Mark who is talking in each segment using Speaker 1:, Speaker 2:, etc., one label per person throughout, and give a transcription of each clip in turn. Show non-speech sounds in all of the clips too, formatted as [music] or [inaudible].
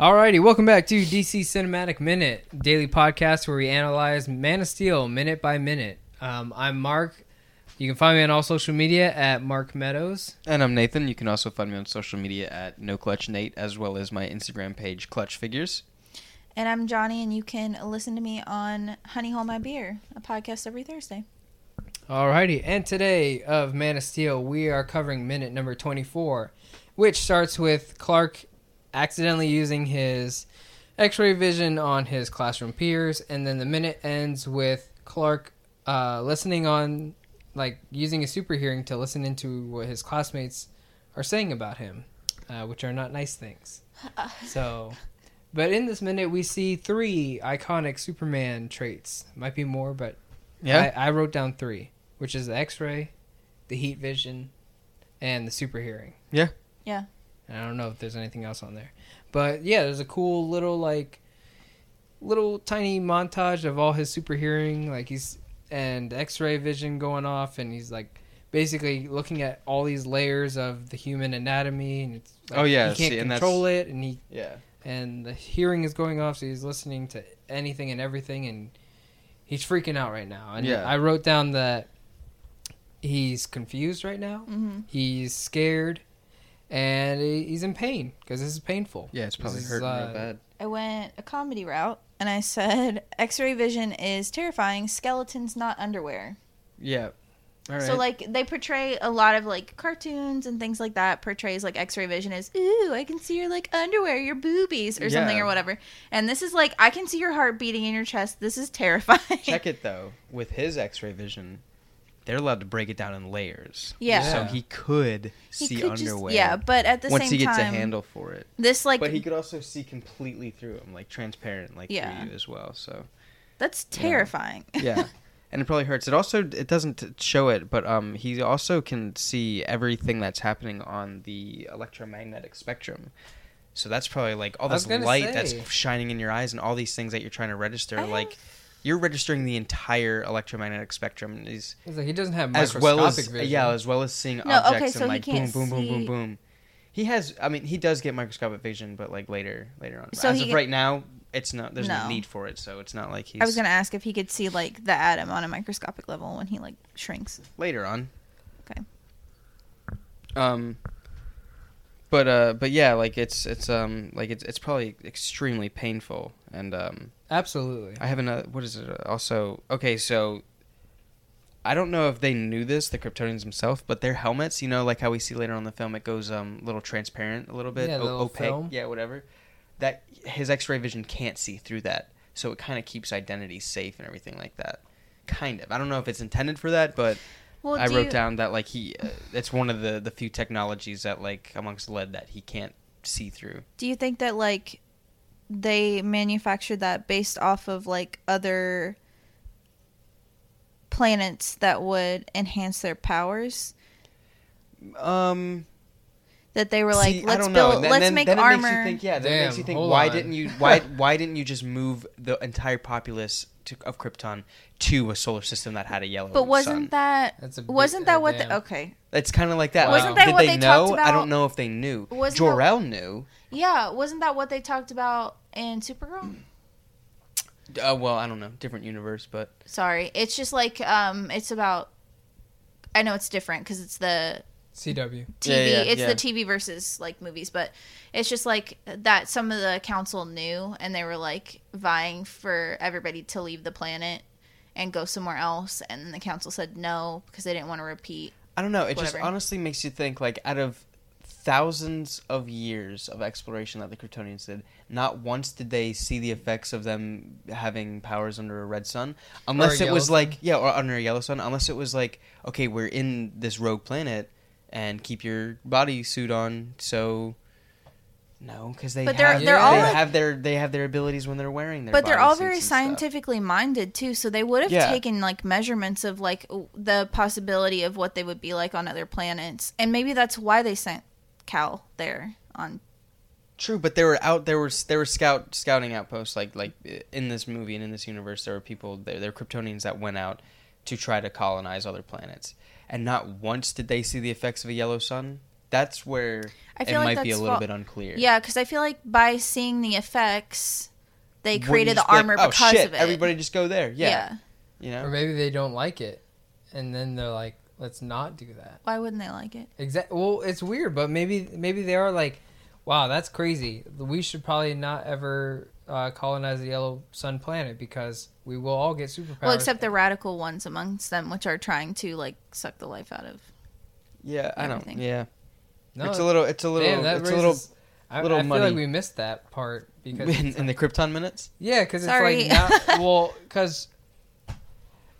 Speaker 1: Alrighty, welcome back to DC Cinematic Minute, daily podcast where we analyze Man of Steel minute by minute. Um, I'm Mark. You can find me on all social media at Mark Meadows.
Speaker 2: And I'm Nathan. You can also find me on social media at NoClutchNate as well as my Instagram page, Clutch Figures.
Speaker 3: And I'm Johnny, and you can listen to me on Honey Hole My Beer, a podcast every Thursday.
Speaker 1: Alrighty, and today of Man of Steel, we are covering minute number 24, which starts with Clark accidentally using his x ray vision on his classroom peers, and then the minute ends with Clark uh, listening on, like, using his super hearing to listen into what his classmates are saying about him, uh, which are not nice things. So. But in this minute, we see three iconic Superman traits. Might be more, but
Speaker 2: Yeah.
Speaker 1: I, I wrote down three, which is the X-ray, the heat vision, and the super hearing.
Speaker 2: Yeah.
Speaker 3: Yeah.
Speaker 1: And I don't know if there's anything else on there, but yeah, there's a cool little like little tiny montage of all his super hearing, like he's and X-ray vision going off, and he's like basically looking at all these layers of the human anatomy, and it's like,
Speaker 2: Oh, yeah,
Speaker 1: he can't
Speaker 2: see, and that's-
Speaker 1: control it, and he
Speaker 2: yeah.
Speaker 1: and the hearing is going off, so he's listening to anything and everything, and he's freaking out right now. And
Speaker 2: Yeah.
Speaker 1: I wrote down that he's confused right now,
Speaker 3: Mm-hmm.
Speaker 1: he's scared, and he- he's in pain because this is painful.
Speaker 2: Yeah, it's
Speaker 1: This
Speaker 2: probably
Speaker 1: is,
Speaker 2: hurting
Speaker 1: uh,
Speaker 2: real bad.
Speaker 3: I went a comedy route, and I said, X ray vision is terrifying, skeletons, not underwear.
Speaker 2: Yeah. All right.
Speaker 3: So, like, they portray a lot of, like, cartoons and things like that, portrays, like, X ray vision as, ooh, I can see your, like, underwear, your boobies, or something,
Speaker 2: Yeah.
Speaker 3: or whatever. And this is, like, I can see your heart beating in your chest. This is terrifying.
Speaker 2: Check it though. With his X-ray vision, they're allowed to break it down in layers.
Speaker 3: Yeah.
Speaker 2: So he could
Speaker 3: [laughs] He
Speaker 2: see
Speaker 3: could just-
Speaker 2: underwear.
Speaker 3: yeah, but at the
Speaker 2: once
Speaker 3: same
Speaker 2: he gets
Speaker 3: time,
Speaker 2: a handle for it.
Speaker 3: this, like,
Speaker 2: But he could also see completely through him, like transparent, like
Speaker 3: Yeah.
Speaker 2: through you as well. So
Speaker 3: that's terrifying.
Speaker 2: yeah. And it probably hurts. It also it doesn't t- show it, but um, he also can see everything that's happening on the electromagnetic spectrum. So that's probably like all
Speaker 1: I was
Speaker 2: this
Speaker 1: gonna
Speaker 2: light
Speaker 1: say.
Speaker 2: that's shining in your eyes and all these things that you're trying to register.
Speaker 3: I
Speaker 2: like
Speaker 3: have-
Speaker 2: you're registering the entire electromagnetic spectrum is
Speaker 1: He's like he doesn't have
Speaker 2: as
Speaker 1: microscopic
Speaker 2: well as uh,
Speaker 1: vision.
Speaker 2: yeah, as well as seeing
Speaker 3: No, okay,
Speaker 2: objects
Speaker 3: so
Speaker 2: and
Speaker 3: he
Speaker 2: like boom,
Speaker 3: can't
Speaker 2: boom, boom, boom,
Speaker 3: see-
Speaker 2: boom. He has. I mean, he does get microscopic vision, but like later, later on. But
Speaker 3: So
Speaker 2: as
Speaker 3: he
Speaker 2: of
Speaker 3: get-
Speaker 2: right now, it's not. There's no.
Speaker 3: No.
Speaker 2: need for it, so it's not like he's.
Speaker 3: I was gonna ask if he could see like the atom on a microscopic level when he like shrinks.
Speaker 2: later on.
Speaker 3: Okay.
Speaker 2: Um but uh but yeah, like it's it's um like it's it's probably extremely painful and um
Speaker 1: absolutely.
Speaker 2: I have another what is it uh, also okay, so I don't know if they knew this, the Kryptonians themselves, but their helmets, you know, like how we see later on in the film, it goes um little transparent a little bit,
Speaker 1: Yeah, the
Speaker 2: o-
Speaker 1: little
Speaker 2: opaque,
Speaker 1: film.
Speaker 2: yeah, whatever. That his X-ray vision can't see through that, so it kind of keeps identity safe and everything like that. Kind of. I don't know if it's intended for that, but
Speaker 3: Well,
Speaker 2: I
Speaker 3: do
Speaker 2: wrote
Speaker 3: you,
Speaker 2: down that like he, uh, it's one of the the few technologies that like amongst lead that he can't see through.
Speaker 3: do you think that like they manufactured that based off of like other planets that would enhance their powers?
Speaker 2: Um,
Speaker 3: That they were like, let's build, let's make armor.
Speaker 2: Makes you think, yeah, that makes
Speaker 1: Damn,
Speaker 2: you think.
Speaker 1: hold
Speaker 2: Why
Speaker 1: on. [laughs]
Speaker 2: didn't you? Why why didn't you just move the entire populace to, of Krypton to a solar system that had a yellow?
Speaker 3: but wasn't
Speaker 2: sun?
Speaker 3: that
Speaker 1: That's a big-
Speaker 3: wasn't that what?
Speaker 1: damn.
Speaker 3: The, okay,
Speaker 2: It's kind of like that.
Speaker 1: Wasn't
Speaker 2: like,
Speaker 3: that
Speaker 2: did
Speaker 3: what
Speaker 2: they,
Speaker 3: they
Speaker 2: know?
Speaker 3: talked
Speaker 2: I
Speaker 3: about-
Speaker 2: don't know if they knew.
Speaker 3: Wasn't that-
Speaker 2: Jor El knew.
Speaker 3: yeah, wasn't that what they talked about in Supergirl?
Speaker 2: Uh, well, I don't know. Different universe, but
Speaker 3: Sorry, it's just like um, it's about. I know it's different because it's the
Speaker 1: CW.
Speaker 3: TV.
Speaker 2: Yeah, yeah,
Speaker 3: it's
Speaker 2: yeah.
Speaker 3: the TV versus like movies, but it's just like that some of the council knew and they were like vying for everybody to leave the planet and go somewhere else and then the council said no because they didn't want to repeat.
Speaker 2: I don't know. It just
Speaker 3: Whatever.
Speaker 2: honestly makes you think, like, out of thousands of years of exploration that the Kryptonians did, not once did they see the effects of them having powers under a red sun. Unless it
Speaker 1: yellow
Speaker 2: was
Speaker 1: sun.
Speaker 2: like, yeah, or under a yellow sun. Unless it was like, okay, we're in this rogue planet and keep your body suit on. So. No, because they
Speaker 3: But they're-
Speaker 2: have,
Speaker 1: they're all
Speaker 2: they
Speaker 1: like-
Speaker 2: have their they have their abilities when they're wearing their.
Speaker 3: but they're
Speaker 2: body
Speaker 3: all
Speaker 2: suits
Speaker 3: very
Speaker 2: and stuff.
Speaker 3: scientifically minded too, so they would have
Speaker 2: Yeah.
Speaker 3: taken like measurements of like w- the possibility of what they would be like on other planets. And maybe that's why they sent Cal there on
Speaker 2: True, but they were out. There were there were scout scouting outposts like like in this movie and in this universe. There were people there. There were Kryptonians that went out to try to colonize other planets, and not once did they see the effects of a yellow sun. that's where
Speaker 3: I
Speaker 2: it
Speaker 3: feel like
Speaker 2: might be a
Speaker 3: that's
Speaker 2: little
Speaker 3: what-
Speaker 2: bit unclear.
Speaker 3: Yeah, because I feel like by seeing the effects, they
Speaker 2: Wouldn't
Speaker 3: created
Speaker 2: just
Speaker 3: the
Speaker 2: be like,
Speaker 3: armor
Speaker 2: oh,
Speaker 3: because
Speaker 2: shit,
Speaker 3: of it.
Speaker 2: Everybody just go there. Yeah, you
Speaker 1: Or
Speaker 2: know.
Speaker 1: maybe they don't like it, and then they're like, "Let's not do that."
Speaker 3: Why wouldn't they like it?
Speaker 1: Exactly. Well, it's weird, but maybe maybe they are like, "Wow, that's crazy. We should probably not ever uh, colonize the yellow sun planet because we will all get superpowers."
Speaker 3: Well, except the radical ones amongst them, which are trying to like suck the life out of.
Speaker 2: Yeah, I don't.
Speaker 3: Everything.
Speaker 2: Yeah,
Speaker 1: no,
Speaker 2: it's a little. It's a little.
Speaker 1: damn, that
Speaker 2: it's
Speaker 1: raises,
Speaker 2: a [laughs] little.
Speaker 1: I,
Speaker 2: little
Speaker 1: I feel
Speaker 2: money.
Speaker 1: like we missed that part because
Speaker 2: In, in the Krypton minutes.
Speaker 1: Yeah, because it's
Speaker 3: Sorry.
Speaker 1: like
Speaker 3: [laughs]
Speaker 1: now, well, because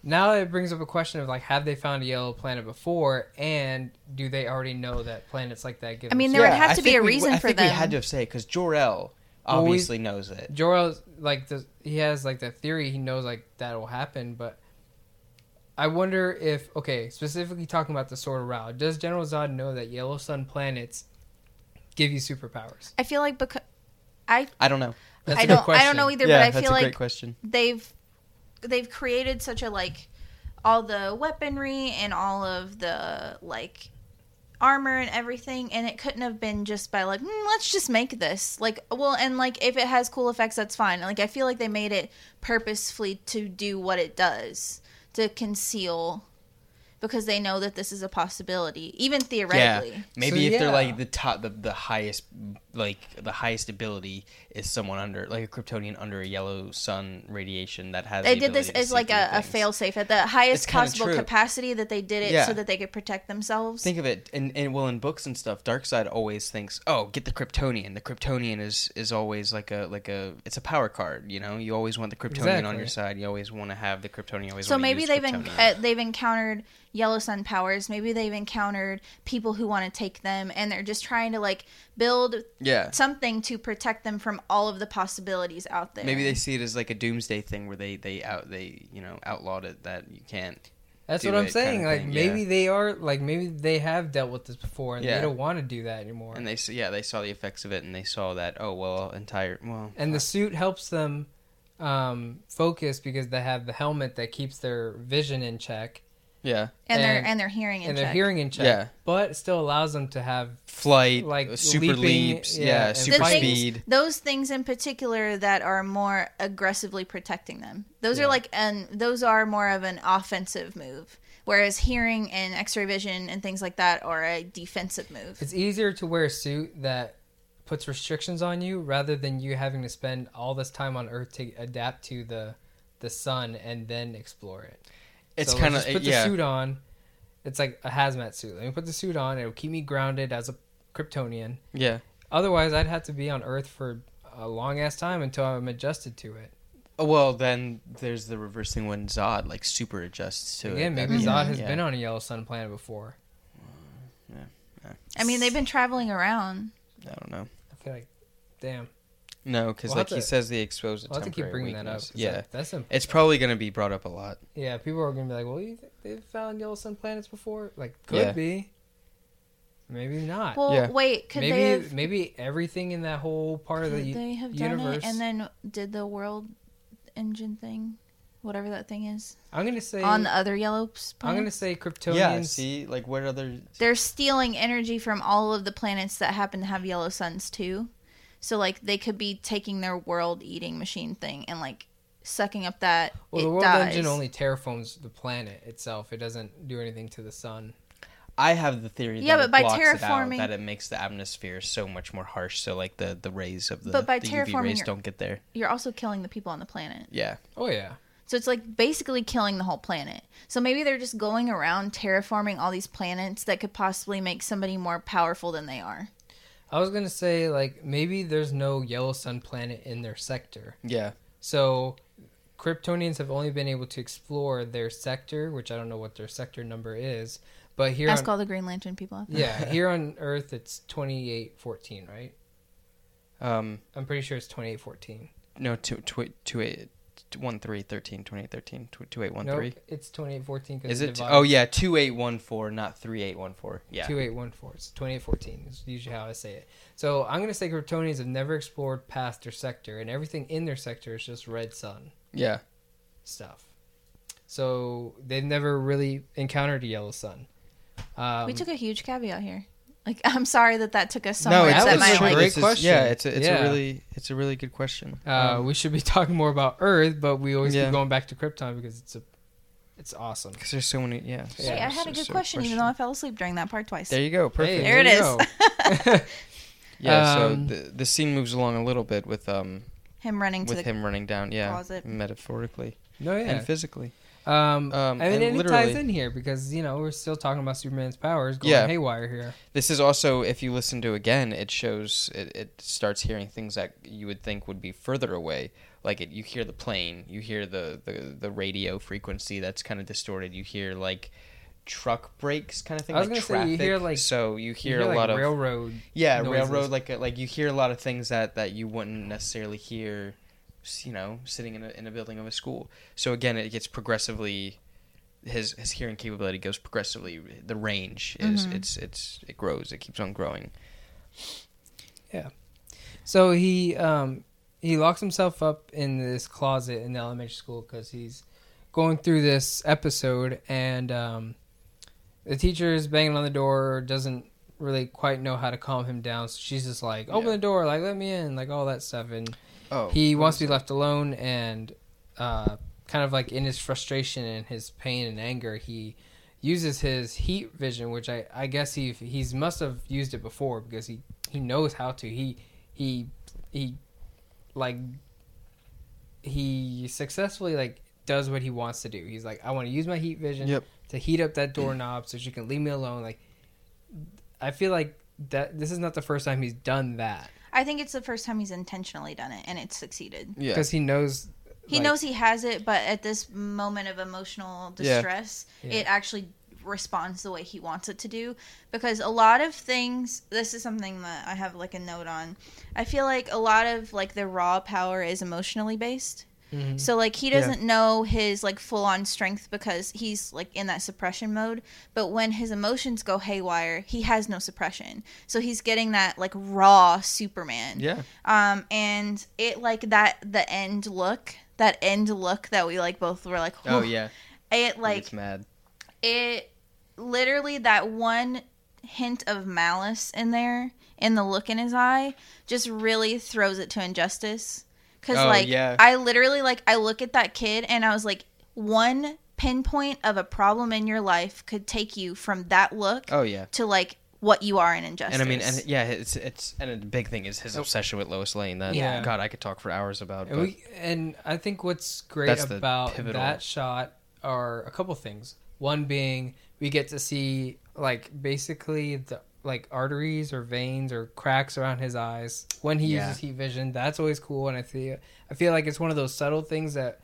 Speaker 1: now it brings up a question of like, have they found a yellow planet before, and do they already know that planets like that give?
Speaker 3: I mean,
Speaker 1: them-
Speaker 3: there would
Speaker 2: Yeah,
Speaker 3: have
Speaker 2: I
Speaker 3: to be
Speaker 2: think
Speaker 3: a
Speaker 2: we-
Speaker 3: reason
Speaker 2: I
Speaker 3: for
Speaker 2: think We
Speaker 3: them.
Speaker 2: had to have said because Jor El
Speaker 1: Well, we-
Speaker 2: obviously knows it.
Speaker 1: Jor-El's like the, he has like the theory he knows like that will happen, but I wonder if okay, specifically talking about the Sword of Ra, does General Zod know that yellow sun planets give you superpowers?
Speaker 3: I feel like because
Speaker 2: I don't know.
Speaker 1: That's a
Speaker 3: I
Speaker 1: good
Speaker 3: don't I
Speaker 1: question.
Speaker 3: don't know e- either,
Speaker 2: yeah,
Speaker 3: but I
Speaker 2: that's
Speaker 3: feel
Speaker 2: a
Speaker 3: like
Speaker 2: great question.
Speaker 3: they've they've created such a like all the weaponry and all of the like armor and everything and it couldn't have been just by like mm, let's just make this like well and like if it has cool effects that's fine like i feel like they made it purposefully to do what it does to conceal because they know that this is a possibility even
Speaker 2: Yeah,
Speaker 3: theoretically
Speaker 2: maybe
Speaker 1: So,
Speaker 2: if
Speaker 1: yeah.
Speaker 2: they're like the top, the, the highest, like the highest ability is someone under like a Kryptonian under a yellow sun radiation that has.
Speaker 3: they
Speaker 2: the
Speaker 3: did this
Speaker 2: ability to
Speaker 3: as
Speaker 2: see
Speaker 3: like
Speaker 2: through
Speaker 3: a, a
Speaker 2: things.
Speaker 3: fail safe at the highest
Speaker 2: It's kinda
Speaker 3: possible
Speaker 2: true.
Speaker 3: capacity that they did it
Speaker 2: Yeah.
Speaker 3: so that they could protect themselves
Speaker 2: Think of it, and, and well, in books and stuff, Darkseid always thinks, "Oh, get the Kryptonian." The Kryptonian is is always like a like a it's a power card, you know. You always want the Kryptonian on
Speaker 1: Exactly.
Speaker 2: your side. You always want to have the Kryptonian. You always
Speaker 3: So
Speaker 2: wanna
Speaker 3: maybe
Speaker 2: use
Speaker 3: they've en-
Speaker 2: Kryptonian.
Speaker 3: uh, they've encountered yellow sun powers. Maybe they've encountered people who want to take them, and they're just trying to like build
Speaker 2: yeah.
Speaker 3: something to protect them from all of the possibilities out there.
Speaker 2: Maybe they see it as like a doomsday thing where they they out they you know outlawed it that you can't.
Speaker 1: That's
Speaker 2: do
Speaker 1: what I'm
Speaker 2: it kinda
Speaker 1: saying. Like
Speaker 2: thing, yeah.
Speaker 1: maybe they are like maybe they have dealt with this before and
Speaker 2: Yeah.
Speaker 1: they don't want to do that anymore.
Speaker 2: And they s- yeah they saw the effects of it and they saw that oh well entire well
Speaker 1: and the suit helps them um, focus because they have the helmet that keeps their vision in check
Speaker 2: yeah
Speaker 3: and,
Speaker 1: and-
Speaker 3: they're and they're hearing
Speaker 1: and their
Speaker 3: check.
Speaker 1: hearing in check.
Speaker 2: Yeah.
Speaker 1: But it still allows them to have
Speaker 2: flight
Speaker 1: Like,
Speaker 2: like super
Speaker 1: leaping,
Speaker 2: leaps
Speaker 1: yeah,
Speaker 2: yeah,
Speaker 1: and
Speaker 3: The
Speaker 2: super
Speaker 3: things-
Speaker 2: speed
Speaker 3: Those things in particular that are more aggressively protecting them. Those
Speaker 1: Yeah.
Speaker 3: are like and those are more of an offensive move. Whereas hearing and X-ray vision and things like that are a defensive move.
Speaker 1: it's easier to wear a suit that puts restrictions on you rather than you having to spend all this time on Earth to adapt to the the sun and then explore it.
Speaker 2: it's
Speaker 1: So let's
Speaker 2: kind of
Speaker 1: just put
Speaker 2: yeah
Speaker 1: the suit on. It's like a hazmat suit. Let me put the suit on. It'll keep me grounded as a Kryptonian.
Speaker 2: yeah
Speaker 1: Otherwise, I'd have to be on Earth for a long ass time until I'm adjusted to it.
Speaker 2: Oh, well then there's the reverse thing when Zod like super adjusts to
Speaker 1: Again,
Speaker 2: it That
Speaker 1: maybe
Speaker 2: means-
Speaker 1: Zod has
Speaker 2: yeah.
Speaker 1: been on a yellow sun planet before.
Speaker 3: I mean, they've been traveling around.
Speaker 2: I don't know
Speaker 1: I feel like, damn,
Speaker 2: no because
Speaker 1: We'll have
Speaker 2: like he
Speaker 1: to-
Speaker 2: says they expose the
Speaker 1: I'll have to keep
Speaker 2: temporary
Speaker 1: bringing that up.
Speaker 2: weakness.
Speaker 1: 'cause
Speaker 2: yeah
Speaker 1: that- that's a,
Speaker 2: it's probably gonna be brought up a lot
Speaker 1: yeah. People are gonna be like, well, you think they've found yellow sun planets before? Like, could
Speaker 2: Yeah.
Speaker 1: be, maybe not.
Speaker 3: Well,
Speaker 2: Yeah.
Speaker 3: wait, could
Speaker 1: maybe
Speaker 3: they have,
Speaker 1: maybe everything in that whole part of the
Speaker 3: could
Speaker 1: u-
Speaker 3: they have done
Speaker 1: universe.
Speaker 3: it and then did the world engine thing, whatever that thing is,
Speaker 1: I'm gonna say
Speaker 3: on the other yellow s-
Speaker 1: I'm
Speaker 3: planet?
Speaker 1: gonna say Kryptonians.
Speaker 2: yeah see like what other
Speaker 3: They're stealing energy from all of the planets that happen to have yellow suns too. So like they could be taking their world-eating machine thing and like sucking up that
Speaker 1: Well,
Speaker 3: it
Speaker 1: the world
Speaker 3: dies.
Speaker 1: engine only terraforms the planet itself. It doesn't do anything to the sun.
Speaker 2: I have the theory.
Speaker 3: Yeah,
Speaker 2: that
Speaker 3: but by
Speaker 2: it blocks
Speaker 3: terraforming-
Speaker 2: it out, that it makes the atmosphere so much more harsh. So like the the rays of the,
Speaker 3: But by
Speaker 2: the UV
Speaker 3: terraforming
Speaker 2: rays
Speaker 3: your-
Speaker 2: don't get there.
Speaker 3: You're also killing the people on the planet.
Speaker 2: Yeah,
Speaker 1: Oh yeah,
Speaker 3: So it's like basically killing the whole planet. So maybe they're just going around terraforming all these planets that could possibly make somebody more powerful than they are.
Speaker 1: I was gonna say like maybe there's no yellow sun planet in their sector,
Speaker 2: yeah.
Speaker 1: so Kryptonians have only been able to explore their sector, which I don't know what their sector number is, but here
Speaker 3: Ask
Speaker 1: on,
Speaker 3: all the Green Lantern people out
Speaker 2: [laughs]
Speaker 3: there.
Speaker 1: yeah here on Earth it's twenty eight fourteen, right?
Speaker 2: Um,
Speaker 1: I'm pretty sure it's twenty eight fourteen.
Speaker 2: no, two, tw- two, eight, one, three, thirteen, twenty-eight, thirteen, tw- two, eight, one,
Speaker 1: No,
Speaker 2: three.
Speaker 1: it's twenty eight fourteen.
Speaker 2: Is it? T- oh yeah, two eight one four, not three eight one four. Yeah,
Speaker 1: Two eight one four. It's twenty eight fourteen. Is usually how I say it. So I'm gonna say Kryptonians have never explored past their sector, and everything in their sector is just red sun
Speaker 2: yeah.
Speaker 1: stuff. So they've never really encountered a yellow sun. Um,
Speaker 3: we took a huge caveat here. Like, [laughs] I'm sorry that that took us
Speaker 1: No,
Speaker 3: somewhere
Speaker 1: it's-
Speaker 3: that
Speaker 1: it's
Speaker 3: might
Speaker 1: true.
Speaker 3: like.
Speaker 1: Great
Speaker 2: This is-
Speaker 1: question.
Speaker 2: Yeah, it's a, it's
Speaker 1: Yeah.
Speaker 2: a really it's a really good question.
Speaker 1: Uh,
Speaker 2: Um,
Speaker 1: we should be [laughs] talking more about Earth, but we always
Speaker 2: Yeah.
Speaker 1: keep going back to Krypton because it's a, it's awesome.
Speaker 2: Because there's so many, yeah.
Speaker 1: Yeah.
Speaker 3: Hey,
Speaker 1: Hey,
Speaker 3: I had a good question, even though I fell asleep during that part twice.
Speaker 2: There you go,
Speaker 1: Hey,
Speaker 2: perfect.
Speaker 3: There it
Speaker 1: you
Speaker 3: is.
Speaker 1: go.
Speaker 3: [laughs]
Speaker 1: [laughs]
Speaker 2: Yeah,
Speaker 1: Um,
Speaker 2: so the the scene moves along a little bit with um
Speaker 3: Him running to
Speaker 2: with
Speaker 3: the
Speaker 2: him running down, yeah,
Speaker 3: closet.
Speaker 2: metaphorically
Speaker 1: no, yeah.
Speaker 2: and physically.
Speaker 1: Um,
Speaker 2: um,
Speaker 1: I mean,
Speaker 2: and
Speaker 1: and it
Speaker 2: literally-
Speaker 1: ties in here because you know we're still talking about Superman's powers going
Speaker 2: Yeah.
Speaker 1: haywire here.
Speaker 2: This is also, if you listen to again, it shows it, it starts hearing things that you would think would be further away. Like it, you hear the plane, you hear the the, the radio frequency that's kind of distorted. You hear like truck brakes kind of thing
Speaker 1: I was
Speaker 2: like
Speaker 1: gonna
Speaker 2: traffic
Speaker 1: say, you hear, like-
Speaker 2: so you
Speaker 1: You
Speaker 2: hear, a lot
Speaker 1: like,
Speaker 2: of
Speaker 1: railroad.
Speaker 2: yeah
Speaker 1: noises.
Speaker 2: railroad like a, like you hear a lot of things that that you wouldn't necessarily hear s- you know sitting in a, in a building of a school so again it gets progressively his his hearing capability goes progressively the range is
Speaker 3: Mhm.
Speaker 2: it's it's it grows it keeps on growing
Speaker 1: So he um he locks himself up in this closet in the elementary school because he's going through this episode and um the teacher is banging on the door doesn't really quite know how to calm him down so she's just like open
Speaker 2: Yeah.
Speaker 1: the door like let me in like all that stuff and
Speaker 2: oh
Speaker 1: he wants to be left alone and uh, kind of like in his frustration and his pain and anger he uses his heat vision which i, I guess he he's must have used it before because he, he knows how to he he he like he successfully like does what he wants to do he's like i want to use my heat vision
Speaker 2: Yep.
Speaker 1: to heat up that doorknob so she can leave me alone like i feel like that this is not the first time he's done that
Speaker 3: I think it's the first time he's intentionally done it, and it's succeeded.
Speaker 2: yeah
Speaker 1: because he knows
Speaker 3: He
Speaker 1: like-
Speaker 3: knows he has it, but at this moment of emotional
Speaker 2: Yeah.
Speaker 3: distress,
Speaker 1: Yeah.
Speaker 3: it actually responds the way he wants it to do. Because a lot of things, this is something that I have like a note on. I feel like a lot of like the raw power is emotionally based.
Speaker 1: Mhm.
Speaker 3: So like he
Speaker 2: Yeah.
Speaker 3: doesn't know his like full on strength because he's like in that suppression mode. But when his emotions go haywire, he has no suppression. So he's getting that like raw Superman.
Speaker 2: yeah
Speaker 3: Um and it like that the end look, that end look that we like both were like
Speaker 2: oh
Speaker 3: "Whew."
Speaker 2: yeah
Speaker 3: It like
Speaker 2: it's mad
Speaker 3: it literally that one hint of malice in there in the look in his eye just really throws it to injustice because
Speaker 2: Oh,
Speaker 3: like
Speaker 2: yeah.
Speaker 3: i literally like i look at that kid and i was like one pinpoint of a problem in your life could take you from that look
Speaker 2: oh yeah
Speaker 3: to like what you are in injustice
Speaker 2: and I mean, and yeah, it's it's and the big thing is his obsession with Lois Lane. That
Speaker 1: Yeah.
Speaker 2: God, I could talk for hours about.
Speaker 1: Oh. And,
Speaker 2: but-
Speaker 1: we, and I think what's great
Speaker 2: That's the
Speaker 1: about
Speaker 2: pivotal-
Speaker 1: that shot are a couple things. One being we get to see like basically the like arteries or veins or cracks around his eyes when he
Speaker 2: Yeah.
Speaker 1: uses heat vision. That's always cool, and I feel I feel like it's one of those subtle things that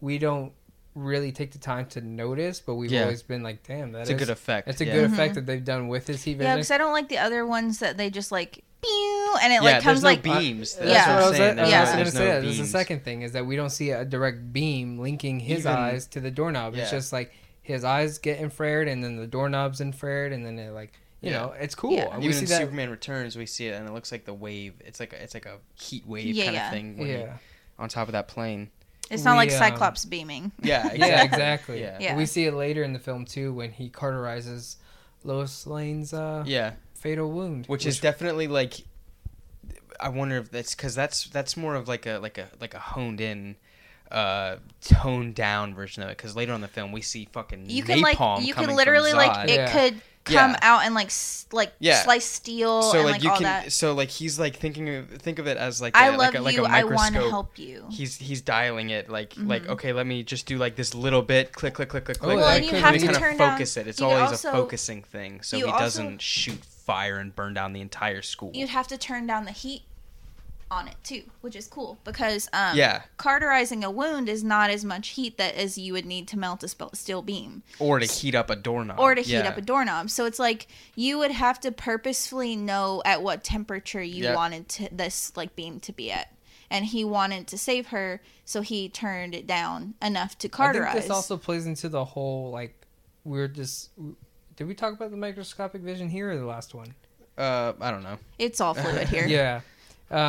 Speaker 1: we don't really take the time to notice, but we've
Speaker 2: Yeah.
Speaker 1: always been like, damn, that's
Speaker 2: it's a good effect.
Speaker 1: It's a
Speaker 2: yeah.
Speaker 1: good effect that they've done with his heat
Speaker 3: yeah
Speaker 1: vision.
Speaker 3: because i don't like the other ones that they just like pew and it
Speaker 2: yeah,
Speaker 3: like
Speaker 2: there's
Speaker 3: comes
Speaker 2: no
Speaker 3: like
Speaker 2: beams.
Speaker 1: That's
Speaker 2: That's
Speaker 3: Yeah.
Speaker 1: what I
Speaker 2: what I'm
Speaker 1: was, I
Speaker 2: saying.
Speaker 1: was
Speaker 2: There's no-
Speaker 1: also gonna
Speaker 2: there's
Speaker 1: say.
Speaker 2: no
Speaker 1: That. That's the
Speaker 2: beams.
Speaker 1: second thing is that we don't see a direct beam linking his
Speaker 2: Even-
Speaker 1: eyes to the doorknob. It's
Speaker 2: Yeah.
Speaker 1: just like his eyes get infrared, and then the doorknob's infrared, and then it like you
Speaker 2: Yeah.
Speaker 1: know it's cool.
Speaker 3: Yeah.
Speaker 1: And we
Speaker 2: Even
Speaker 1: see
Speaker 2: in
Speaker 1: that.
Speaker 2: Superman Returns, we see it, and it looks like the wave. It's like a, it's like a heat wave
Speaker 3: Yeah,
Speaker 2: kind
Speaker 3: yeah.
Speaker 2: of thing. When yeah. [laughs]
Speaker 1: yeah,
Speaker 2: on top of that plane.
Speaker 3: it's not like
Speaker 1: we, um,
Speaker 3: cyclops beaming [laughs]
Speaker 2: Yeah,
Speaker 1: yeah, exactly.
Speaker 2: Yeah.
Speaker 3: Yeah.
Speaker 1: We see it later in the film too when he carterizes Lois Lane's uh,
Speaker 2: Yeah,
Speaker 1: fatal wound,
Speaker 2: which is definitely like. I wonder if that's because that's that's more of like a like a like a honed in, uh, toned down version of it. Because later on in the film, we see fucking
Speaker 3: you
Speaker 2: napalm
Speaker 3: could like you
Speaker 2: coming
Speaker 3: could
Speaker 2: from
Speaker 3: literally like
Speaker 2: Zod.
Speaker 3: it
Speaker 1: Yeah.
Speaker 3: could come
Speaker 2: Yeah.
Speaker 3: out and like s- like
Speaker 2: Yeah.
Speaker 3: slice steel
Speaker 2: so
Speaker 3: and
Speaker 2: like,
Speaker 3: like,
Speaker 2: you
Speaker 3: all
Speaker 2: can
Speaker 3: that.
Speaker 2: so like he's like thinking of think of it as like
Speaker 3: I
Speaker 2: a-
Speaker 3: love
Speaker 2: like a, like
Speaker 3: you.
Speaker 2: a
Speaker 3: I
Speaker 2: microscope.
Speaker 3: want to help you.
Speaker 2: he's he's dialing it like like
Speaker 1: Mm-hmm.
Speaker 2: okay let me just do like this little bit click click click click
Speaker 1: Oh,
Speaker 2: click
Speaker 1: Well,
Speaker 2: like
Speaker 1: and you have to
Speaker 2: kind
Speaker 3: turn
Speaker 2: of focus
Speaker 3: down-
Speaker 2: it it's
Speaker 3: you
Speaker 2: always
Speaker 3: also-
Speaker 2: a focusing thing so he
Speaker 3: you also-
Speaker 2: doesn't shoot fire and burn down the entire school
Speaker 3: You'd have to turn down the heat on it too, which is cool because um,
Speaker 2: Yeah.
Speaker 3: carterizing a wound is not as much heat that as you would need to melt a spe- steel beam
Speaker 2: or to heat up a doorknob
Speaker 3: or to heat
Speaker 2: Yeah.
Speaker 3: up a doorknob. So it's like you would have to purposefully know at what temperature you
Speaker 2: Yep.
Speaker 3: wanted to, this like beam to be at. And he wanted to save her, so he turned it down enough to carterize.
Speaker 1: I think this also plays into the whole like we're just. Did we talk about the microscopic vision here or the last one?
Speaker 2: uh i don't know [laughs]
Speaker 3: It's all fluid here.
Speaker 1: Yeah.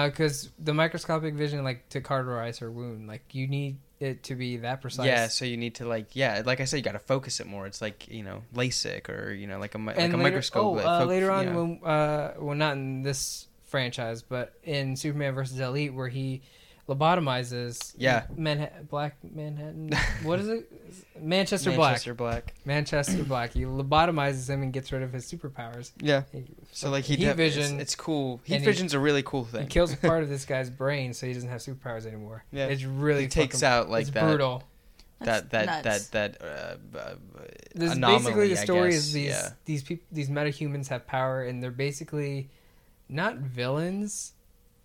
Speaker 1: because the microscopic vision, like to cauterize her wound, like you need it to be that precise.
Speaker 2: Yeah, so you need to like yeah, like I said, you got to focus it more. It's like you know LASIK or you know like a mi- like a
Speaker 1: and later,
Speaker 2: microscope.
Speaker 1: Oh,
Speaker 2: that
Speaker 1: uh,
Speaker 2: fo-
Speaker 1: later on,
Speaker 2: yeah.
Speaker 1: when uh, well, not in this franchise, but in Superman versus Elite, where he lobotomizes.
Speaker 2: Yeah.
Speaker 1: Manha- Black Manhattan. what is it? Manchester, Black.
Speaker 2: Manchester Black.
Speaker 1: Manchester Black. He lobotomizes him and gets rid of his superpowers.
Speaker 2: Yeah.
Speaker 1: He-
Speaker 2: So like he
Speaker 1: Heat
Speaker 2: def- it's-
Speaker 1: vision,
Speaker 2: It's, cool. Heat
Speaker 1: and he-
Speaker 2: vision's a really cool thing.
Speaker 1: He kills
Speaker 2: [laughs]
Speaker 1: part of this guy's brain, so he doesn't have superpowers anymore.
Speaker 2: Yeah.
Speaker 1: it's really
Speaker 2: He takes
Speaker 1: fucking-
Speaker 2: out like
Speaker 1: it's
Speaker 2: that,
Speaker 1: brutal.
Speaker 2: that that
Speaker 3: nuts.
Speaker 2: that that uh, b- uh,
Speaker 1: This
Speaker 2: anomaly.
Speaker 1: basically the
Speaker 2: I
Speaker 1: story
Speaker 2: guess.
Speaker 1: is these
Speaker 2: Yeah.
Speaker 1: these people these metahumans have power and they're basically not villains.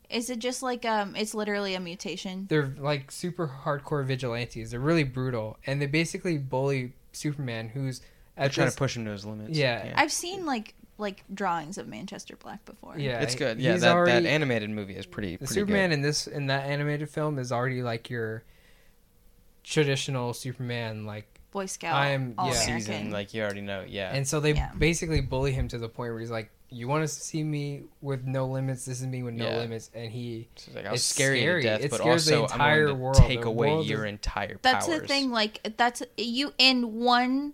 Speaker 3: Is it just like um? It's literally a mutation.
Speaker 1: They're like super hardcore vigilantes. They're really brutal and they basically bully Superman, who's
Speaker 2: They're
Speaker 1: at
Speaker 2: trying
Speaker 1: this,
Speaker 2: to push him to his limits.
Speaker 1: Yeah.
Speaker 3: I've seen like like drawings of Manchester Black before.
Speaker 1: yeah,
Speaker 2: it's good. Yeah,
Speaker 1: he's
Speaker 2: that,
Speaker 1: already-
Speaker 2: that animated movie is pretty.
Speaker 1: the
Speaker 2: pretty
Speaker 1: Superman in this in that animated film is already like your traditional Superman like
Speaker 3: Boy Scout.
Speaker 1: I am-
Speaker 3: all
Speaker 2: good.
Speaker 1: yeah.
Speaker 3: American.
Speaker 2: season, like you already know. Yeah,
Speaker 1: And so they
Speaker 3: Yeah.
Speaker 1: basically bully him to the point where he's like, "You want to see me with no limits? This is me with no
Speaker 2: Yeah.
Speaker 1: limits." And he,
Speaker 2: So it's like, I'll
Speaker 1: It's
Speaker 2: scare you
Speaker 1: scary.
Speaker 2: to death,
Speaker 1: It
Speaker 2: but
Speaker 1: scares the
Speaker 2: also I'm going
Speaker 1: entire
Speaker 2: to
Speaker 1: world.
Speaker 2: take
Speaker 1: The
Speaker 2: away
Speaker 1: world is-
Speaker 2: your entire
Speaker 3: That's
Speaker 2: powers.
Speaker 3: the thing. Like that's you in one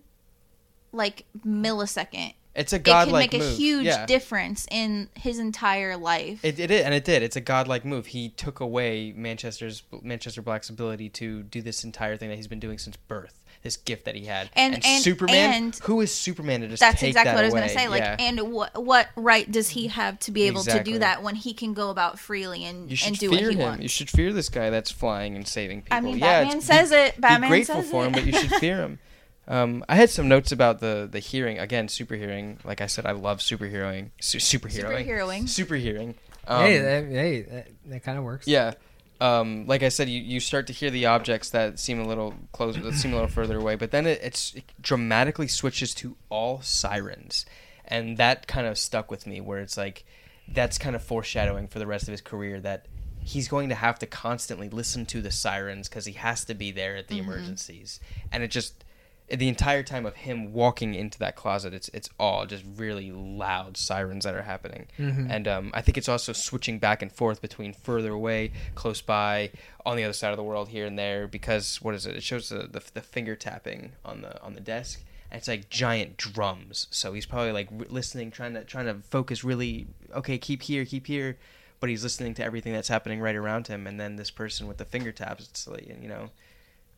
Speaker 3: like millisecond.
Speaker 2: It's a
Speaker 3: it can
Speaker 2: godlike
Speaker 3: make a
Speaker 2: move.
Speaker 3: huge
Speaker 2: yeah.
Speaker 3: difference in his entire life.
Speaker 2: It, it did, and it did. It's a godlike move. He took away Manchester's Manchester Black's ability to do this entire thing that he's been doing since birth. This gift that he had,
Speaker 3: And- and-
Speaker 2: Superman,
Speaker 3: and-
Speaker 2: who is Superman to just
Speaker 3: that's
Speaker 2: take
Speaker 3: exactly
Speaker 2: that
Speaker 3: what I was
Speaker 2: away?
Speaker 3: going to say. Like,
Speaker 2: yeah.
Speaker 3: and what what right does he have to be able to
Speaker 2: Exactly.
Speaker 3: do that when he can go about freely and
Speaker 2: you should
Speaker 3: and do
Speaker 2: fear
Speaker 3: what he
Speaker 2: him.
Speaker 3: wants?
Speaker 2: You should fear this guy that's flying and saving people.
Speaker 3: I mean,
Speaker 2: yeah,
Speaker 3: Batman
Speaker 2: it's-
Speaker 3: says
Speaker 2: be,
Speaker 3: it.
Speaker 2: be
Speaker 3: Batman
Speaker 2: grateful
Speaker 3: says
Speaker 2: for him,
Speaker 3: it.
Speaker 2: but you should fear
Speaker 3: [laughs]
Speaker 2: him. Um, I had some notes about the the hearing again. Super hearing, like I said, I love superheroing. Su- superheroing.
Speaker 3: Superheroing.
Speaker 2: Superhearing. Um,
Speaker 1: "Hey, that, hey, that, that kind of works."
Speaker 2: Yeah. Um, like I said, you, you start to hear the objects that seem a little close, that seem a little further away, but then it, it's, it dramatically switches to all sirens, and that kind of stuck with me. Where it's like, that's kind of foreshadowing for the rest of his career that he's going to have to constantly listen to the sirens because he has to be there at the emergencies, and it just the entire time of him walking into that closet, it's it's all just really loud sirens that are happening, and um, I think it's also switching back and forth between further away, close by, on the other side of the world, here and there. Because what is it? It shows the the, the finger tapping on the on the desk, and it's like giant drums. So he's probably like re- listening, trying to trying to focus really. Okay, keep here, keep here. But he's listening to everything that's happening right around him, and then this person with the finger taps, it's like you know,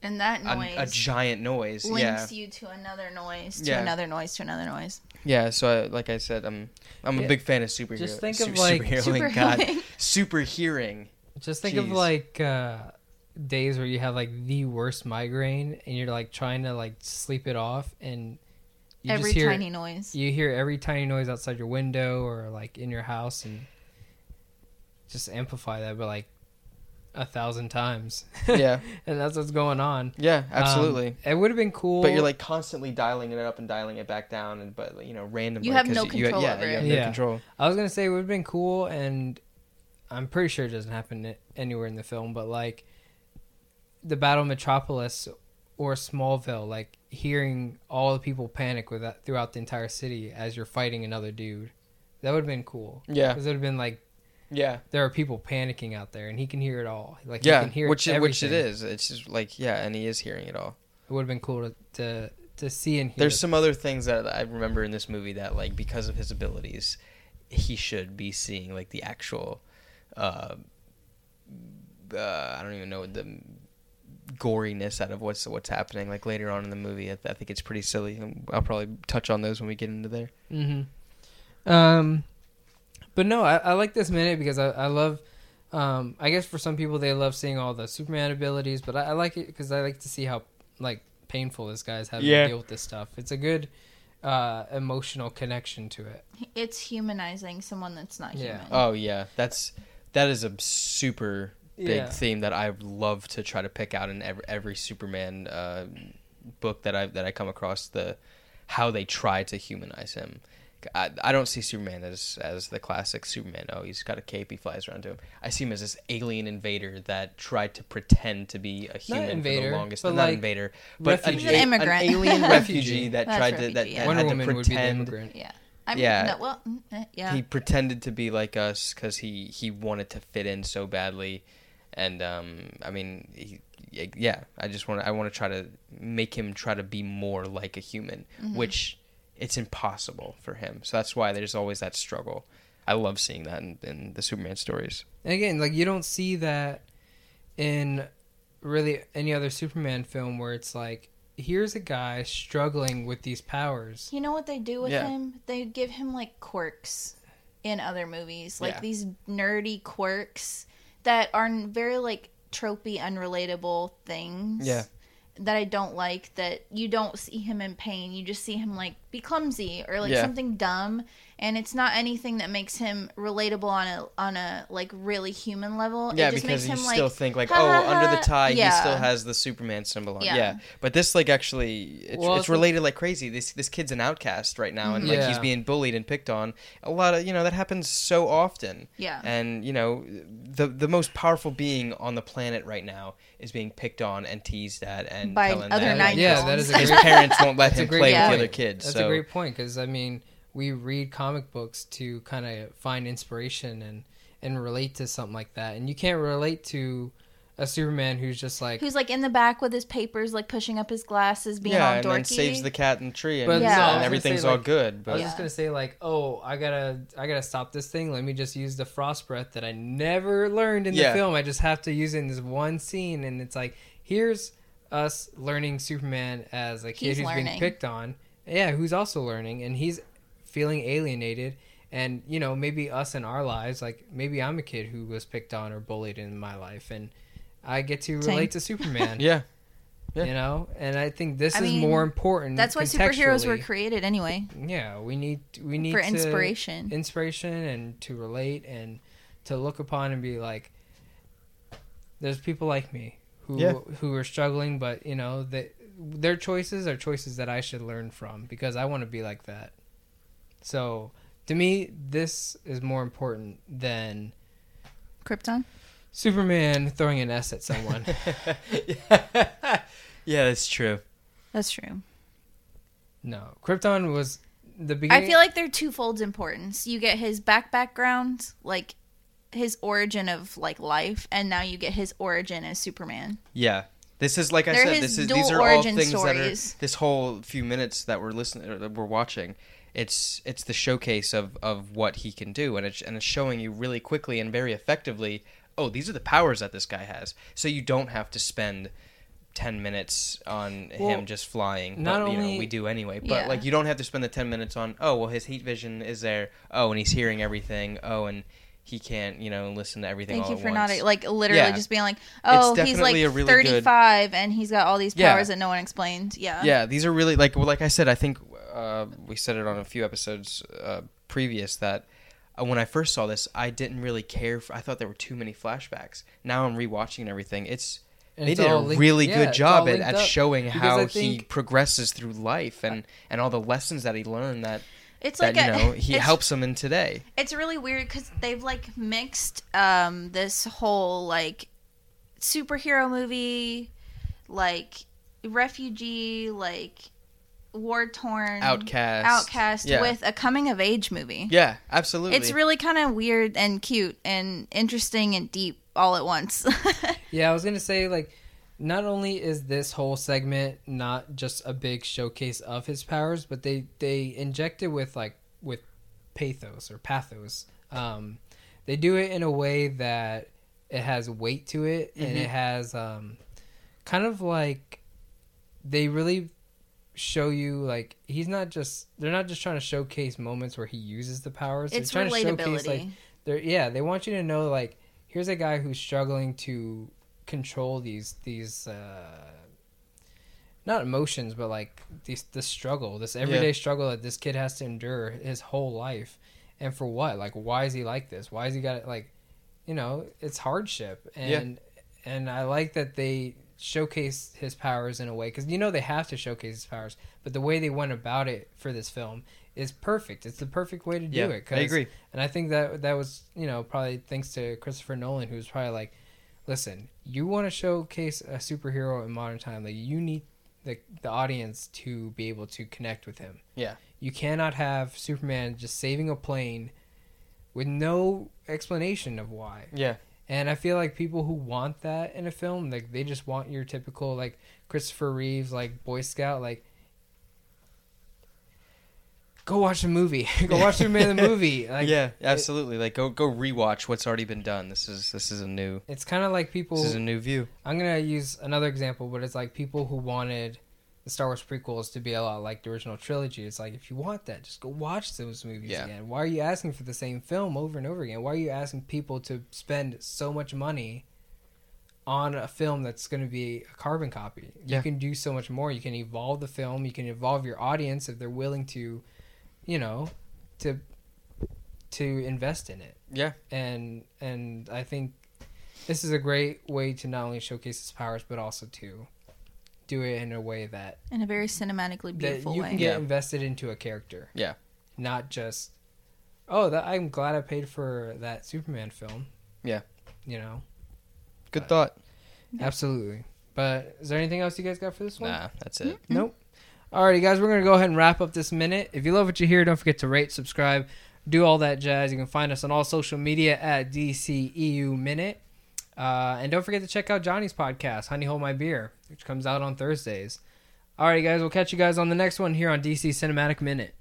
Speaker 3: and that
Speaker 2: a,
Speaker 3: noise
Speaker 2: a giant noise. yeah.
Speaker 3: links you to another noise, to
Speaker 2: Yeah.
Speaker 3: another noise, to
Speaker 2: [laughs]
Speaker 3: another noise.
Speaker 2: Yeah, so I, like I said, I'm I'm
Speaker 1: Yeah.
Speaker 2: a big fan of superhero.
Speaker 1: Just think
Speaker 2: su-
Speaker 1: of,
Speaker 2: [laughs]
Speaker 1: like,
Speaker 2: superheroing, God,
Speaker 3: [laughs] superheroing.
Speaker 2: super hearing.
Speaker 1: Just think of
Speaker 2: Jeez.
Speaker 1: like uh, days where you have like the worst migraine and you're like trying to like sleep it off, and you
Speaker 3: Every
Speaker 1: just hear
Speaker 3: tiny noise.
Speaker 1: you hear every tiny noise outside your window or like in your house, and just amplify that, but like a thousand times.
Speaker 2: Yeah.
Speaker 1: [laughs] and that's what's going on.
Speaker 2: Yeah,
Speaker 1: Um,
Speaker 2: absolutely.
Speaker 1: it would have been cool.
Speaker 2: but you're like constantly dialing it up and dialing it back down, and but you know randomly.
Speaker 3: You have
Speaker 2: 'cause
Speaker 3: no control
Speaker 2: yeah,
Speaker 3: over
Speaker 2: you
Speaker 3: it.
Speaker 2: have no
Speaker 1: Yeah.
Speaker 2: control.
Speaker 1: I was gonna say it would have been cool, and I'm pretty sure it doesn't happen i- anywhere in the film. But like the Battle of Metropolis or Smallville, like hearing all the people panic with that throughout the entire city as you're fighting another dude, that would have been cool.
Speaker 2: Yeah,
Speaker 1: Because it would have been like
Speaker 2: yeah,
Speaker 1: there are people panicking out there, and he can hear it all. Like he
Speaker 2: yeah.
Speaker 1: can hear
Speaker 2: Which it- which it
Speaker 1: everything.
Speaker 2: is. It's just like yeah, and he is hearing it all.
Speaker 1: It would have been cool to to, to see and hear.
Speaker 2: There's some other things that I remember in this movie that, like, because of his abilities, he should be seeing like the actual. Uh, uh, I don't even know what the goriness out of what's what's happening. Like later on in the movie, I, I think it's pretty silly. and I'll probably touch on those when we get into there.
Speaker 1: hmm Um, but no, I, I like this minute because I, I love. Um, I guess for some people they love seeing all the Superman abilities, but I, I like it because I like to see how like painful this guy's having
Speaker 2: Yeah.
Speaker 1: to deal with this stuff. It's a good uh, emotional connection to it.
Speaker 3: It's humanizing someone that's not
Speaker 1: Yeah.
Speaker 3: human.
Speaker 2: Oh yeah, that's that is a super big
Speaker 1: Yeah.
Speaker 2: theme that I love to try to pick out in every, every Superman uh, book that I that I come across. The how they try to humanize him. I, I don't see Superman as as the classic Superman. Oh, he's got a cape. He flies around to him. I see him as this alien invader that tried to pretend to be a human for
Speaker 1: invader,
Speaker 2: the longest.
Speaker 1: but
Speaker 2: not
Speaker 1: like
Speaker 2: invader, but
Speaker 1: refugee.
Speaker 2: an,
Speaker 1: He's
Speaker 3: an
Speaker 2: a-
Speaker 1: [laughs]
Speaker 3: immigrant.
Speaker 2: alien refugee that
Speaker 3: That's
Speaker 2: tried to
Speaker 3: refugee,
Speaker 2: that,
Speaker 3: yeah.
Speaker 2: that
Speaker 1: Wonder
Speaker 2: had to
Speaker 1: Woman would be the
Speaker 2: pretend
Speaker 1: immigrant.
Speaker 3: Yeah. I'm,
Speaker 2: Yeah.
Speaker 3: No, well, mm, eh, yeah.
Speaker 2: He pretended to be like us because he he wanted to fit in so badly, and um, I mean, he, yeah, I just want to I want to try to make him try to be more like a human, which it's impossible for him. So that's why there's always that struggle. I love seeing that in, in the Superman stories.
Speaker 1: And again, like you don't see that in really any other Superman film where it's like, here's a guy struggling with these powers.
Speaker 3: You know what they do with
Speaker 2: Yeah.
Speaker 3: him? They give him like quirks in other movies, like
Speaker 2: Yeah.
Speaker 3: these nerdy quirks that are n- very like tropey, unrelatable things.
Speaker 2: Yeah.
Speaker 3: That I don't like. That you don't see him in pain. You just see him like be clumsy or like
Speaker 2: Yeah.
Speaker 3: something dumb, and it's not anything that makes him relatable on a on a like really human level.
Speaker 2: yeah,
Speaker 3: it just
Speaker 2: because
Speaker 3: makes
Speaker 2: you
Speaker 3: him
Speaker 2: still
Speaker 3: like
Speaker 2: think like,
Speaker 3: "Ha, ha,
Speaker 2: oh, under
Speaker 3: ha."
Speaker 2: the tie, he
Speaker 3: Yeah.
Speaker 2: still has the Superman symbol on. Yeah,
Speaker 3: Yeah.
Speaker 2: but this like actually, it's,
Speaker 1: Well,
Speaker 2: it's
Speaker 1: also-
Speaker 2: related like crazy. This this kid's an outcast right now, and like he's
Speaker 1: Yeah.
Speaker 2: being bullied and picked on. A lot of you know that happens so often.
Speaker 3: Yeah.
Speaker 2: and you know the the most powerful being on the planet right now is being picked on and teased at and
Speaker 3: by
Speaker 2: telling
Speaker 3: other
Speaker 2: that,
Speaker 3: nine
Speaker 2: like,
Speaker 1: Yeah,
Speaker 3: year olds.
Speaker 1: that is a
Speaker 2: his
Speaker 1: great-
Speaker 2: parents won't let
Speaker 1: That's
Speaker 2: him
Speaker 1: a great
Speaker 2: play with
Speaker 3: point.
Speaker 2: the other kids.
Speaker 1: That's
Speaker 2: so
Speaker 1: a great point because I mean, we read comic books to kind of find inspiration and and relate to something like that, and you can't relate to a Superman who's just like.
Speaker 3: [laughs] who's like in the back with his papers, like pushing up his glasses, being
Speaker 2: yeah,
Speaker 3: all
Speaker 2: and
Speaker 3: dorky.
Speaker 2: then saves the cat in the tree, and,
Speaker 1: But
Speaker 3: Yeah. no, I was
Speaker 2: and
Speaker 3: gonna
Speaker 2: everything's
Speaker 1: say,
Speaker 2: all
Speaker 1: like-
Speaker 2: good.
Speaker 1: I was
Speaker 2: But
Speaker 1: just gonna say like, oh, I gotta, I gotta stop this thing. Let me just use the frost breath that I never learned in
Speaker 2: Yeah.
Speaker 1: the film. I just have to use it in this one scene, and it's like, here's us learning Superman as a kid
Speaker 3: He's
Speaker 1: who's being
Speaker 3: learning.
Speaker 1: picked on. Yeah, who's also learning, and he's feeling alienated. And you know, maybe us in our lives, like maybe I'm a kid who was picked on or bullied in my life, and I get to
Speaker 3: Same.
Speaker 1: relate to Superman.
Speaker 2: yeah, [laughs] yeah.
Speaker 1: You know, and I think this
Speaker 3: I
Speaker 1: is
Speaker 3: mean,
Speaker 1: more important.
Speaker 3: That's why superheroes were
Speaker 1: contextually.
Speaker 3: created anyway
Speaker 1: Yeah, we need we need
Speaker 3: for
Speaker 1: to-
Speaker 3: inspiration.
Speaker 1: inspiration and to relate and to look upon and be like there's people like me who
Speaker 2: Yeah.
Speaker 1: who are struggling but you know that their choices are choices that I should learn from because I want to be like that. So to me this is more important than
Speaker 3: Krypton.
Speaker 1: Superman throwing an S at
Speaker 2: [laughs]
Speaker 1: someone.
Speaker 2: yeah, that's true.
Speaker 3: That's true.
Speaker 1: no. Krypton was the
Speaker 3: I
Speaker 1: beginning
Speaker 3: feel like they're twofold importance. You get his back background, like his origin of like life, and now you get his origin as Superman.
Speaker 2: Yeah. This is like I
Speaker 3: They're
Speaker 2: said.
Speaker 3: his
Speaker 2: This is
Speaker 3: dual
Speaker 2: these are all
Speaker 3: origin
Speaker 2: things
Speaker 3: stories.
Speaker 2: that are this whole few minutes that we're listening or that we're watching. It's it's the showcase of of what he can do, and it's and it's showing you really quickly and very effectively. Oh, these are the powers that this guy has. So you don't have to spend ten minutes on
Speaker 1: Well,
Speaker 2: him just flying.
Speaker 1: not
Speaker 2: but, you
Speaker 1: only-
Speaker 2: know, we do anyway. But
Speaker 3: Yeah.
Speaker 2: like you don't have to spend the ten minutes on. Oh, well, his heat vision is there. Oh, and he's hearing everything. Oh, and he can't you know listen to everything.
Speaker 3: Thank
Speaker 2: all
Speaker 3: you
Speaker 2: at
Speaker 3: for
Speaker 2: once.
Speaker 3: not like literally
Speaker 2: Yeah.
Speaker 3: just being like, oh, he's like
Speaker 2: definitely a really good-
Speaker 3: 35 and he's got all these
Speaker 2: Yeah.
Speaker 3: powers that no one explained. Yeah.
Speaker 2: yeah these are really like well like i said i think uh, we said it on a few episodes uh, previous that uh, when i first saw this i didn't really care for, i thought there were too many flashbacks now i'm rewatching and everything it's
Speaker 1: And
Speaker 2: they
Speaker 1: it's
Speaker 2: did a
Speaker 1: all linked-
Speaker 2: really
Speaker 1: yeah,
Speaker 2: good
Speaker 1: it's
Speaker 2: job
Speaker 1: all
Speaker 2: at,
Speaker 1: linked
Speaker 2: at
Speaker 1: up.
Speaker 2: showing
Speaker 1: Because
Speaker 2: how
Speaker 1: I
Speaker 2: he
Speaker 1: think-
Speaker 2: progresses through life and and all the lessons that he learned that
Speaker 3: It's
Speaker 2: that
Speaker 3: like
Speaker 2: you
Speaker 3: a,
Speaker 2: know he
Speaker 3: [laughs] it's-
Speaker 2: helps him in today
Speaker 3: it's really weird because they've like mixed um this whole like superhero movie like refugee like war torn
Speaker 1: Mm-hmm.
Speaker 2: outcast
Speaker 3: outcast
Speaker 2: yeah.
Speaker 3: with a coming of age movie
Speaker 2: yeah absolutely
Speaker 3: it's really kind of weird and cute and interesting and deep all at once [laughs]
Speaker 1: Yeah, I was gonna say like, not only is this whole segment not just a big showcase of his powers, but they they inject it with like with pathos or pathos. Um, they do it in a way that it has weight to it,
Speaker 3: Mm-hmm.
Speaker 1: and it has um, kind of like they really show you like he's not just they're not just trying to showcase moments where he uses the powers.
Speaker 3: it's
Speaker 1: they're trying to showcase like
Speaker 3: relatability
Speaker 1: they're yeah they want you to know like here's a guy who's struggling to control these these uh not emotions but like these this struggle this everyday struggle that this kid has to endure his whole life and for what like why is he like this why is he got like you know it's hardship and and i like that they showcase his powers in a way because you know they have to showcase his powers but the way they went about it for this film is perfect it's the perfect way to do
Speaker 2: yeah
Speaker 1: it
Speaker 2: i agree
Speaker 1: and I think that that was, you know, probably thanks to Christopher Nolan, who was probably like, listen, you want to showcase a superhero in modern time, like you need the the audience to be able to connect with him.
Speaker 2: Yeah.
Speaker 1: You cannot have Superman just saving a plane with no explanation of why.
Speaker 2: Yeah.
Speaker 1: And I feel like people who want that in a film, like they just want your typical like Christopher Reeves like Boy Scout like go watch the movie. [laughs] go
Speaker 2: [laughs]
Speaker 1: watch Superman the movie. Like
Speaker 2: yeah, absolutely. like go go rewatch what's already been done. This is this is a new
Speaker 1: it's kind of like people
Speaker 2: this is a new view.
Speaker 1: I'm gonna use another example, but it's like people who wanted the Star Wars prequels to be a lot like the original trilogy. It's like if you want that, just go watch those movies
Speaker 2: Yeah.
Speaker 1: again. Why are you asking for the same film over and over again? Why are you asking people to spend so much money on a film that's going to be a carbon copy?
Speaker 2: Yeah.
Speaker 1: You can do so much more. You can evolve the film. You can evolve your audience if they're willing to, you know, to to invest in it
Speaker 2: Yeah.
Speaker 1: and and I think this is a great way to not only showcase his powers but also to do it in a way that
Speaker 3: in a very cinematically
Speaker 1: that
Speaker 3: beautiful
Speaker 1: you
Speaker 3: way.
Speaker 1: can get
Speaker 2: Yeah.
Speaker 1: invested into a character.
Speaker 2: Yeah.
Speaker 1: Not just oh that I'm glad I paid for that Superman film.
Speaker 2: Yeah.
Speaker 1: You know.
Speaker 2: Good
Speaker 1: But-
Speaker 2: thought.
Speaker 1: Absolutely. But is there anything else you guys got for this one?
Speaker 2: Nah, that's it.
Speaker 1: Nope. Alrighty, guys, we're going to go ahead and wrap up this minute. If you love what you hear, don't forget to rate, subscribe, do all that jazz. You can find us on all social media at DCEU Minute. Uh, and don't forget to check out Johnny's podcast, Honey Hole My Beer, which comes out on Thursdays. Alrighty, guys, we'll catch you guys on the next one here on DC Cinematic Minute.